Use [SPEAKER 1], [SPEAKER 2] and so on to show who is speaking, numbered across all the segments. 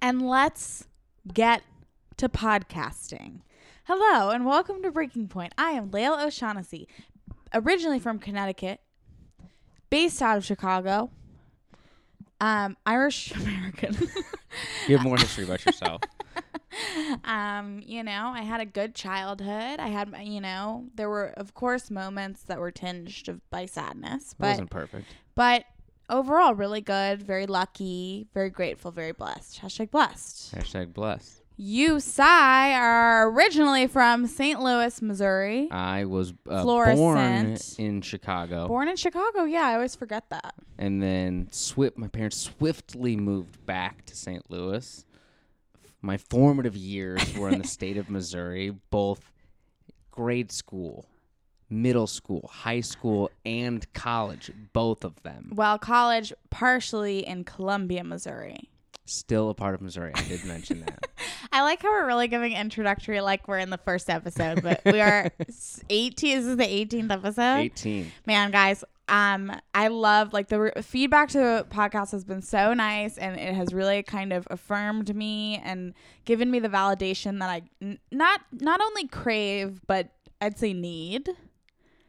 [SPEAKER 1] and let's get to podcasting. Hello and welcome to Breaking Point. I am Layla O'Shaughnessy, originally from Connecticut, based out of Chicago. Um, Irish American.
[SPEAKER 2] Give more history about yourself.
[SPEAKER 1] um, you know, I had a good childhood. I had, my, you know, there were of course moments that were tinged of, by sadness,
[SPEAKER 2] That
[SPEAKER 1] but
[SPEAKER 2] wasn't perfect.
[SPEAKER 1] but overall, really good. Very lucky. Very grateful. Very blessed. Hashtag blessed.
[SPEAKER 2] Hashtag blessed.
[SPEAKER 1] You, Cy, are originally from St. Louis, Missouri.
[SPEAKER 2] I was uh, born
[SPEAKER 1] Fluorescent.
[SPEAKER 2] in Chicago,
[SPEAKER 1] Born in Chicago. Yeah, I always forget that.
[SPEAKER 2] and then swift. My parents swiftly moved back to St. Louis. My formative years were in the state of Missouri, both grade school, middle school, high school, and college. Both of them
[SPEAKER 1] While college, partially in Columbia, Missouri.
[SPEAKER 2] still a part of Missouri. I did mention that.
[SPEAKER 1] I like how we're really giving introductory, like we're in the first episode, but we are s- 18. This is the 18th episode.
[SPEAKER 2] Eighteen.
[SPEAKER 1] man guys um i love like the re- feedback to the podcast has been so nice and it has really kind of affirmed me and given me the validation that i n- not not only crave but i'd say need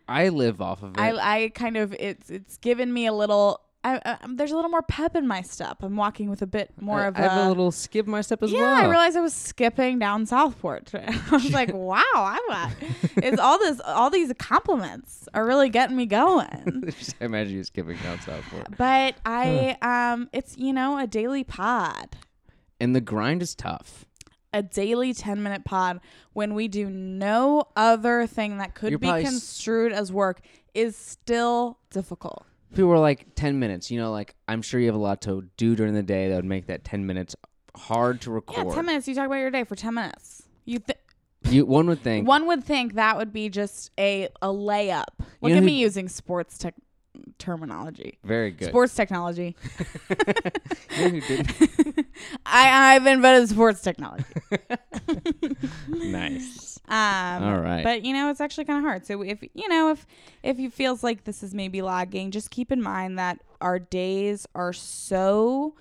[SPEAKER 2] I live off of it.
[SPEAKER 1] i i kind of it's it's given me a little I, I, there's a little more pep in my step i'm walking with a bit more
[SPEAKER 2] I-
[SPEAKER 1] of
[SPEAKER 2] I have a little skip my step as
[SPEAKER 1] yeah,
[SPEAKER 2] well.
[SPEAKER 1] I realized I was skipping down Southport. today. I was like, "Wow, I'm not." It's all this, all these compliments are really getting me going.
[SPEAKER 2] Just imagine you skipping down Southport.
[SPEAKER 1] But I um it's you know a daily pod.
[SPEAKER 2] And the grind is tough.
[SPEAKER 1] A daily 10 minute pod when we do no other thing that could
[SPEAKER 2] You're
[SPEAKER 1] be
[SPEAKER 2] probably s-
[SPEAKER 1] construed as work is still difficult.
[SPEAKER 2] People were like, 10 minutes. You know, like, I'm sure you have a lot to do during the day that would make that 10 minutes hard to
[SPEAKER 1] Yeah,
[SPEAKER 2] record.
[SPEAKER 1] 10 minutes. You talk about your day for 10 minutes. You th-
[SPEAKER 2] You, one would think,
[SPEAKER 1] one would think that would be just a, a layup. Look
[SPEAKER 2] know
[SPEAKER 1] at
[SPEAKER 2] who-
[SPEAKER 1] me using sports tech terminology.
[SPEAKER 2] very good.
[SPEAKER 1] Sports technology.
[SPEAKER 2] You know who didn't?
[SPEAKER 1] I, I've invented sports technology.
[SPEAKER 2] nice.
[SPEAKER 1] Um,
[SPEAKER 2] All right.
[SPEAKER 1] But you know, it's actually kind of hard. So if you know, if if you feels like this is maybe lagging, just keep in mind that our days are so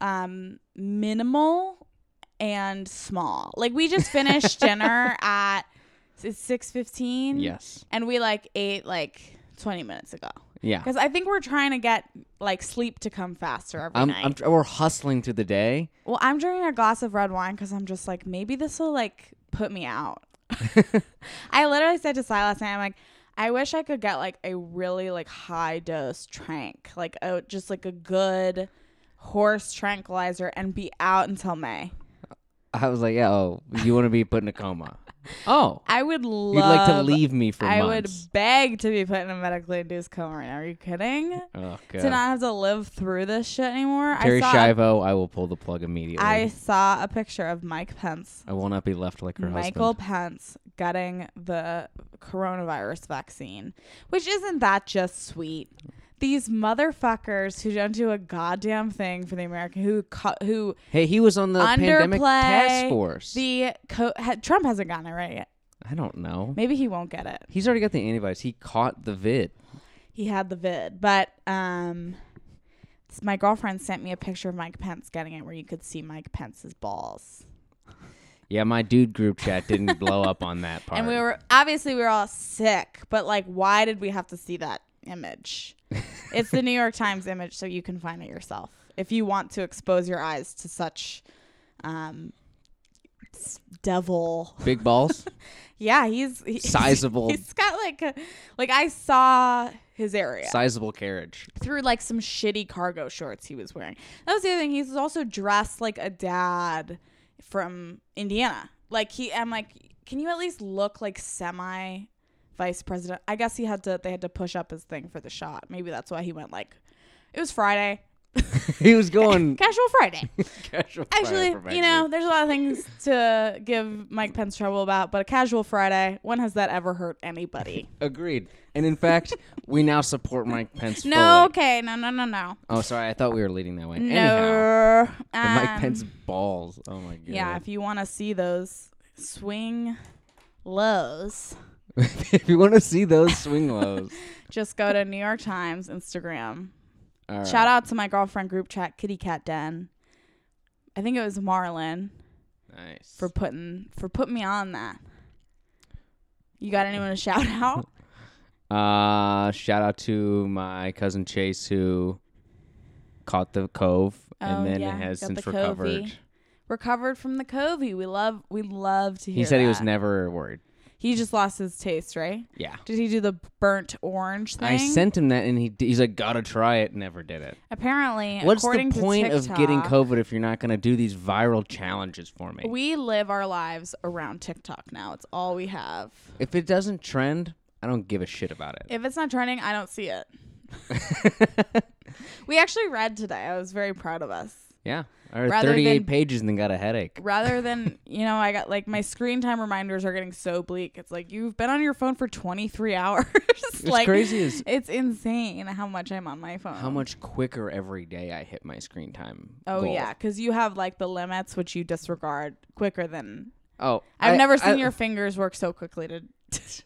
[SPEAKER 1] um, minimal and small. Like we just finished dinner at six fifteen.
[SPEAKER 2] Yes.
[SPEAKER 1] And we like ate like twenty minutes ago
[SPEAKER 2] Yeah.
[SPEAKER 1] because I think we're trying to get like sleep to come faster every
[SPEAKER 2] I'm,
[SPEAKER 1] night.
[SPEAKER 2] I'm, tr- we're hustling through the day.
[SPEAKER 1] Well, I'm drinking a glass of red wine because I'm just like, maybe this will like put me out. I literally said to Cy last night, I'm like, I wish I could get like a really like high dose trank, like oh, just like a good horse tranquilizer, and be out until May.
[SPEAKER 2] I was like, yeah, oh, you want to be put in a coma. Oh,
[SPEAKER 1] I would love.
[SPEAKER 2] you'd like to leave me for
[SPEAKER 1] I
[SPEAKER 2] months.
[SPEAKER 1] would beg to be put in a medically induced coma right now. Are you kidding?
[SPEAKER 2] oh,
[SPEAKER 1] To
[SPEAKER 2] God.
[SPEAKER 1] not have to live through this shit anymore.
[SPEAKER 2] Terry
[SPEAKER 1] I saw. a-
[SPEAKER 2] Shivo, I will pull the plug immediately.
[SPEAKER 1] I
[SPEAKER 2] I,
[SPEAKER 1] saw a picture of Mike Pence
[SPEAKER 2] will not be left like her
[SPEAKER 1] Michael
[SPEAKER 2] husband.
[SPEAKER 1] Pence getting the coronavirus vaccine, which isn't that just sweet? These motherfuckers who don't do a goddamn thing for the American who co- who
[SPEAKER 2] Hey, he was on the pandemic
[SPEAKER 1] Underplay
[SPEAKER 2] task force.
[SPEAKER 1] the co- ha- Trump hasn't gotten it right yet.
[SPEAKER 2] I don't know.
[SPEAKER 1] Maybe he won't get it.
[SPEAKER 2] He's already got the antibodies. He caught the vid.
[SPEAKER 1] He had the vid, but um, s- my girlfriend sent me a picture of Mike Pence getting it, where you could see Mike Pence's balls.
[SPEAKER 2] Yeah, my dude group chat didn't blow up on that part.
[SPEAKER 1] And we were obviously we were all sick, but like, why did we have to see that image? it's the New York Times image, so you can find it yourself if you want to expose your eyes to such um, s- devil.
[SPEAKER 2] big balls,
[SPEAKER 1] Yeah, he's he,
[SPEAKER 2] sizable,
[SPEAKER 1] He's got like a like I saw his area
[SPEAKER 2] sizable carriage.
[SPEAKER 1] through like some shitty cargo shorts he was wearing. That was the other thing. He's also dressed like a dad from Indiana. Like he, I'm like, can you at least look like semi vice president? I guess he had to. They had to push up his thing for the shot. Maybe that's why he went like. It was Friday,
[SPEAKER 2] he was going
[SPEAKER 1] casual Friday.
[SPEAKER 2] casual.
[SPEAKER 1] Actually,
[SPEAKER 2] fire for
[SPEAKER 1] you know, there's a lot of things to give Mike Pence trouble about, but a casual Friday, when has that ever hurt anybody?
[SPEAKER 2] Magazine. agreed. And in fact, we now support Mike Pence.
[SPEAKER 1] No,
[SPEAKER 2] fully.
[SPEAKER 1] okay, no, no, no, no,
[SPEAKER 2] Oh, sorry. I thought we were leading that way.
[SPEAKER 1] no.
[SPEAKER 2] Anyhow, the
[SPEAKER 1] Um,
[SPEAKER 2] Mike Pence balls. Oh my god.
[SPEAKER 1] Yeah, if you want to see those swing lows,
[SPEAKER 2] if you want to see those swing lows.
[SPEAKER 1] just go to New York Times Instagram.
[SPEAKER 2] All right.
[SPEAKER 1] Shout out to my girlfriend group chat, Kitty Cat Den. I think it was Marlon
[SPEAKER 2] Nice.
[SPEAKER 1] for putting for putting me on that. You got anyone to shout out?
[SPEAKER 2] Uh, shout out to my cousin Chase who caught the cove
[SPEAKER 1] Oh,
[SPEAKER 2] and then
[SPEAKER 1] yeah,
[SPEAKER 2] has
[SPEAKER 1] got
[SPEAKER 2] since
[SPEAKER 1] the
[SPEAKER 2] recovered.
[SPEAKER 1] covey. Recovered from the COVID. We love we love to hear.
[SPEAKER 2] He said he was
[SPEAKER 1] that.
[SPEAKER 2] never worried.
[SPEAKER 1] He just lost his taste, right?
[SPEAKER 2] Yeah.
[SPEAKER 1] Did he do the burnt orange thing?
[SPEAKER 2] I sent him that and he d- he's like gotta try it. Never did it.
[SPEAKER 1] Apparently,
[SPEAKER 2] What's
[SPEAKER 1] according
[SPEAKER 2] the point
[SPEAKER 1] to
[SPEAKER 2] of getting
[SPEAKER 1] TikTok,
[SPEAKER 2] COVID if you're not gonna do these viral challenges for me?
[SPEAKER 1] We live our lives around TikTok now. It's all we have.
[SPEAKER 2] if it doesn't trend, I don't give a shit about it.
[SPEAKER 1] If it's not trending, I don't see it. we actually read today. I was very proud of us.
[SPEAKER 2] yeah. I read
[SPEAKER 1] Rather
[SPEAKER 2] 38
[SPEAKER 1] than-
[SPEAKER 2] pages and then got a headache.
[SPEAKER 1] Rather than, you know, I got like my screen time reminders are getting so bleak. It's like you've been on your phone for 23 hours.
[SPEAKER 2] It's
[SPEAKER 1] like
[SPEAKER 2] crazy is
[SPEAKER 1] It's insane how much I'm on my phone.
[SPEAKER 2] how much quicker every day I hit my screen time.
[SPEAKER 1] Oh
[SPEAKER 2] goal.
[SPEAKER 1] yeah, cuz you have like the limits which you disregard quicker than
[SPEAKER 2] Oh,
[SPEAKER 1] I've
[SPEAKER 2] I-
[SPEAKER 1] never seen
[SPEAKER 2] I-
[SPEAKER 1] your fingers work so quickly to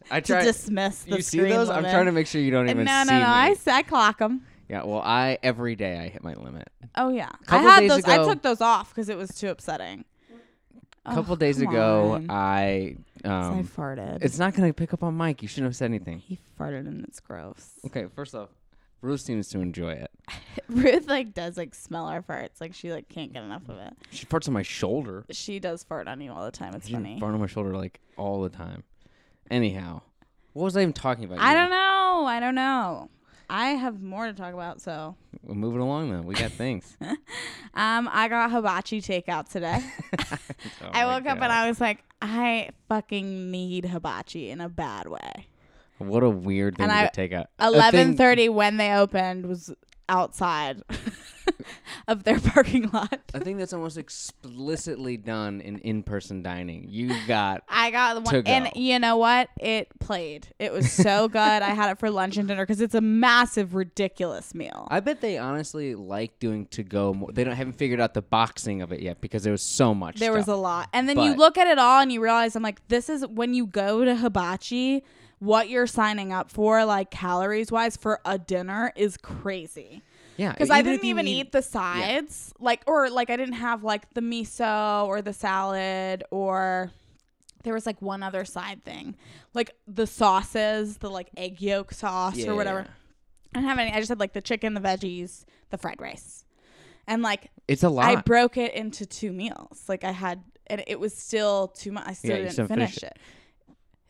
[SPEAKER 2] I
[SPEAKER 1] to
[SPEAKER 2] try.
[SPEAKER 1] dismiss the
[SPEAKER 2] you see
[SPEAKER 1] screen
[SPEAKER 2] those? I'm
[SPEAKER 1] limit.
[SPEAKER 2] trying to make sure you don't
[SPEAKER 1] And
[SPEAKER 2] even
[SPEAKER 1] no,
[SPEAKER 2] see
[SPEAKER 1] no, no. I,
[SPEAKER 2] me.
[SPEAKER 1] s- I clock them.
[SPEAKER 2] Yeah, well, I every day I hit my limit.
[SPEAKER 1] Oh yeah, I
[SPEAKER 2] Couple
[SPEAKER 1] had
[SPEAKER 2] days
[SPEAKER 1] those. I
[SPEAKER 2] ago-
[SPEAKER 1] took those off because it was too upsetting.
[SPEAKER 2] A couple
[SPEAKER 1] Oh,
[SPEAKER 2] days ago,
[SPEAKER 1] um,
[SPEAKER 2] I
[SPEAKER 1] I
[SPEAKER 2] um,
[SPEAKER 1] farted.
[SPEAKER 2] it's not gonna pick up on Mike. You shouldn't have said anything.
[SPEAKER 1] he farted and it's gross.
[SPEAKER 2] Okay, first off, Bruce seems to enjoy it.
[SPEAKER 1] Ruth like does like smell our farts. Like she like can't get enough of it.
[SPEAKER 2] She farts on my shoulder.
[SPEAKER 1] She does fart on you all the time. It's
[SPEAKER 2] She
[SPEAKER 1] funny.
[SPEAKER 2] fart on my shoulder like all the time. Anyhow, what was I even talking about?
[SPEAKER 1] I don't know. I don't know. I have more to talk about. So,
[SPEAKER 2] We're moving along then. We got things.
[SPEAKER 1] um, I got hibachi takeout today.
[SPEAKER 2] Oh
[SPEAKER 1] I
[SPEAKER 2] my
[SPEAKER 1] woke up and
[SPEAKER 2] God.
[SPEAKER 1] I was like, I fucking need hibachi in a bad way.
[SPEAKER 2] What a weird thing
[SPEAKER 1] And
[SPEAKER 2] to
[SPEAKER 1] I-
[SPEAKER 2] get take out. A
[SPEAKER 1] eleven
[SPEAKER 2] thing-
[SPEAKER 1] thirty when they opened was outside of their parking lot.
[SPEAKER 2] I think that's almost explicitly done in in-person dining. You got
[SPEAKER 1] I got the
[SPEAKER 2] To
[SPEAKER 1] one,
[SPEAKER 2] go.
[SPEAKER 1] and you know what? It played. It was so good. I had it for lunch and dinner because it's a massive, ridiculous meal.
[SPEAKER 2] I bet they honestly like doing to go more. They don't haven't figured out the boxing of it yet because there was so much.
[SPEAKER 1] There was a
[SPEAKER 2] stuff.
[SPEAKER 1] lot, and then you
[SPEAKER 2] But-
[SPEAKER 1] look at it all and you realize I'm like, this is when you go to hibachi. What you're signing up for, like calories wise, for a dinner is crazy.
[SPEAKER 2] yeah
[SPEAKER 1] because I
[SPEAKER 2] if
[SPEAKER 1] didn't
[SPEAKER 2] you
[SPEAKER 1] even
[SPEAKER 2] eat-
[SPEAKER 1] eat the sides, like or like I didn't have like the miso or the salad or there was like one other side thing, like the sauces, the like egg yolk sauce
[SPEAKER 2] Yeah,
[SPEAKER 1] or
[SPEAKER 2] yeah,
[SPEAKER 1] whatever.
[SPEAKER 2] yeah.
[SPEAKER 1] I didn't have any. I just had like the chicken, the veggies, the fried rice, and like
[SPEAKER 2] It's a lot.
[SPEAKER 1] I broke it into two meals. Like I had, and it was still too much. I still
[SPEAKER 2] you
[SPEAKER 1] didn't
[SPEAKER 2] still
[SPEAKER 1] finish,
[SPEAKER 2] finish
[SPEAKER 1] it.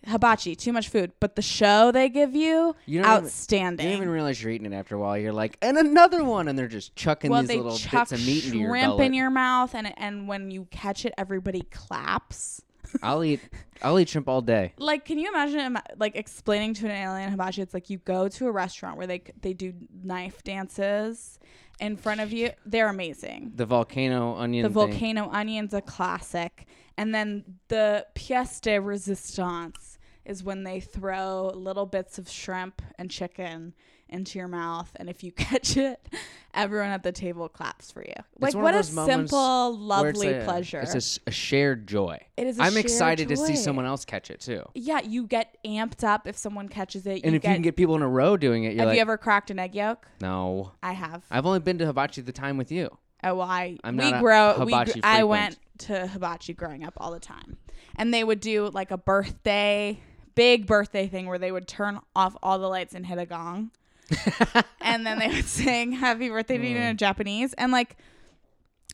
[SPEAKER 1] Hibachi, too much food, but the show they give you,
[SPEAKER 2] You don't even- you
[SPEAKER 1] outstanding.
[SPEAKER 2] don't even realize you're eating it after a while. You're like, and another one, and they're just chucking
[SPEAKER 1] well,
[SPEAKER 2] these
[SPEAKER 1] they
[SPEAKER 2] little
[SPEAKER 1] chuck
[SPEAKER 2] bits of meat into your
[SPEAKER 1] shrimp
[SPEAKER 2] gullet.
[SPEAKER 1] in your mouth, and and when you catch it, everybody claps.
[SPEAKER 2] I'll eat, I'll eat shrimp all day.
[SPEAKER 1] Like, can you imagine ima- like explaining to an alien hibachi? It's like you go to a restaurant where they c- they do knife dances in front of you. They're amazing.
[SPEAKER 2] The volcano onion.
[SPEAKER 1] The
[SPEAKER 2] thing.
[SPEAKER 1] volcano onion's a classic, and then the pièce de résistance is when they throw little bits of shrimp and chicken into your mouth, and if you catch it, everyone at the table claps for you. Like,
[SPEAKER 2] one of
[SPEAKER 1] what a
[SPEAKER 2] those moments
[SPEAKER 1] simple,
[SPEAKER 2] where it's
[SPEAKER 1] lovely
[SPEAKER 2] a-
[SPEAKER 1] pleasure!
[SPEAKER 2] It's a s- a, shared joy.
[SPEAKER 1] It is a
[SPEAKER 2] I'm
[SPEAKER 1] shared
[SPEAKER 2] excited to
[SPEAKER 1] joy.
[SPEAKER 2] see someone else catch it too.
[SPEAKER 1] yeah, you get amped up if someone catches it.
[SPEAKER 2] And
[SPEAKER 1] you
[SPEAKER 2] if
[SPEAKER 1] get,
[SPEAKER 2] you can get people in a row doing it, you're
[SPEAKER 1] have
[SPEAKER 2] like,
[SPEAKER 1] you ever cracked an egg yolk?
[SPEAKER 2] no.
[SPEAKER 1] I have.
[SPEAKER 2] I've only been to hibachi the time with you.
[SPEAKER 1] Oh, well, I
[SPEAKER 2] I'm
[SPEAKER 1] we
[SPEAKER 2] not a
[SPEAKER 1] grow.
[SPEAKER 2] hibachi
[SPEAKER 1] we, gr- I
[SPEAKER 2] frequent.
[SPEAKER 1] went to hibachi growing up all the time, and they would do like a birthday, big birthday thing where they would turn off all the lights and hit a gong, and then they would sing "Happy Birthday" to you
[SPEAKER 2] Mm.
[SPEAKER 1] in Japanese, and like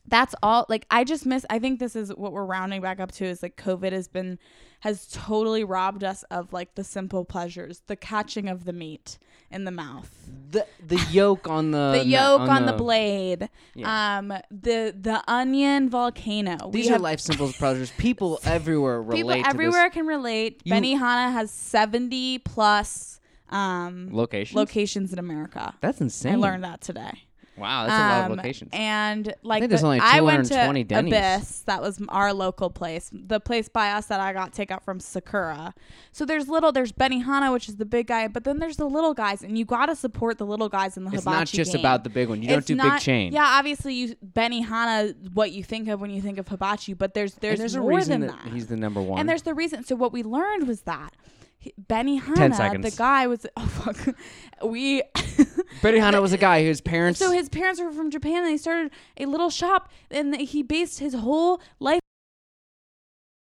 [SPEAKER 1] that's all. Like I just miss. I think this is what we're rounding back up to is like COVID has been has totally robbed us of like the simple pleasures, the catching of the meat in the mouth
[SPEAKER 2] The the yolk on the
[SPEAKER 1] the
[SPEAKER 2] nut-
[SPEAKER 1] yolk on, the, blade
[SPEAKER 2] Yeah.
[SPEAKER 1] um the the onion volcano
[SPEAKER 2] These are life simple pleasures. People everywhere relate
[SPEAKER 1] people
[SPEAKER 2] to
[SPEAKER 1] everywhere can relate
[SPEAKER 2] You-
[SPEAKER 1] benihana has 70 plus um
[SPEAKER 2] this location.
[SPEAKER 1] locations in america
[SPEAKER 2] that's insane.
[SPEAKER 1] i learned that today
[SPEAKER 2] Wow, that's a lot
[SPEAKER 1] Um,
[SPEAKER 2] of locations.
[SPEAKER 1] and like
[SPEAKER 2] think there's
[SPEAKER 1] the-
[SPEAKER 2] only
[SPEAKER 1] I went to
[SPEAKER 2] 220 Denny's.
[SPEAKER 1] abyss that was our local place the place by us that i got takeout from sakura so there's little there's benihana which is the big guy but then there's the little guys and you got to support the little guys in the
[SPEAKER 2] it's
[SPEAKER 1] hibachi
[SPEAKER 2] not just
[SPEAKER 1] game.
[SPEAKER 2] about the big one. You don't
[SPEAKER 1] It's
[SPEAKER 2] do
[SPEAKER 1] not-
[SPEAKER 2] big chain.
[SPEAKER 1] Yeah, obviously you Benihana what you think of when you think of hibachi, but there's there's,
[SPEAKER 2] and there's a
[SPEAKER 1] more
[SPEAKER 2] reason
[SPEAKER 1] than
[SPEAKER 2] that,
[SPEAKER 1] that.
[SPEAKER 2] he's the number one.
[SPEAKER 1] and there's the reason. So what we learned was that he-
[SPEAKER 2] Ten
[SPEAKER 1] Benihana,
[SPEAKER 2] seconds.
[SPEAKER 1] the guy was oh fuck. We
[SPEAKER 2] Benihana was a guy whose parents.
[SPEAKER 1] So his parents were from Japan and they started a little shop and he based his whole life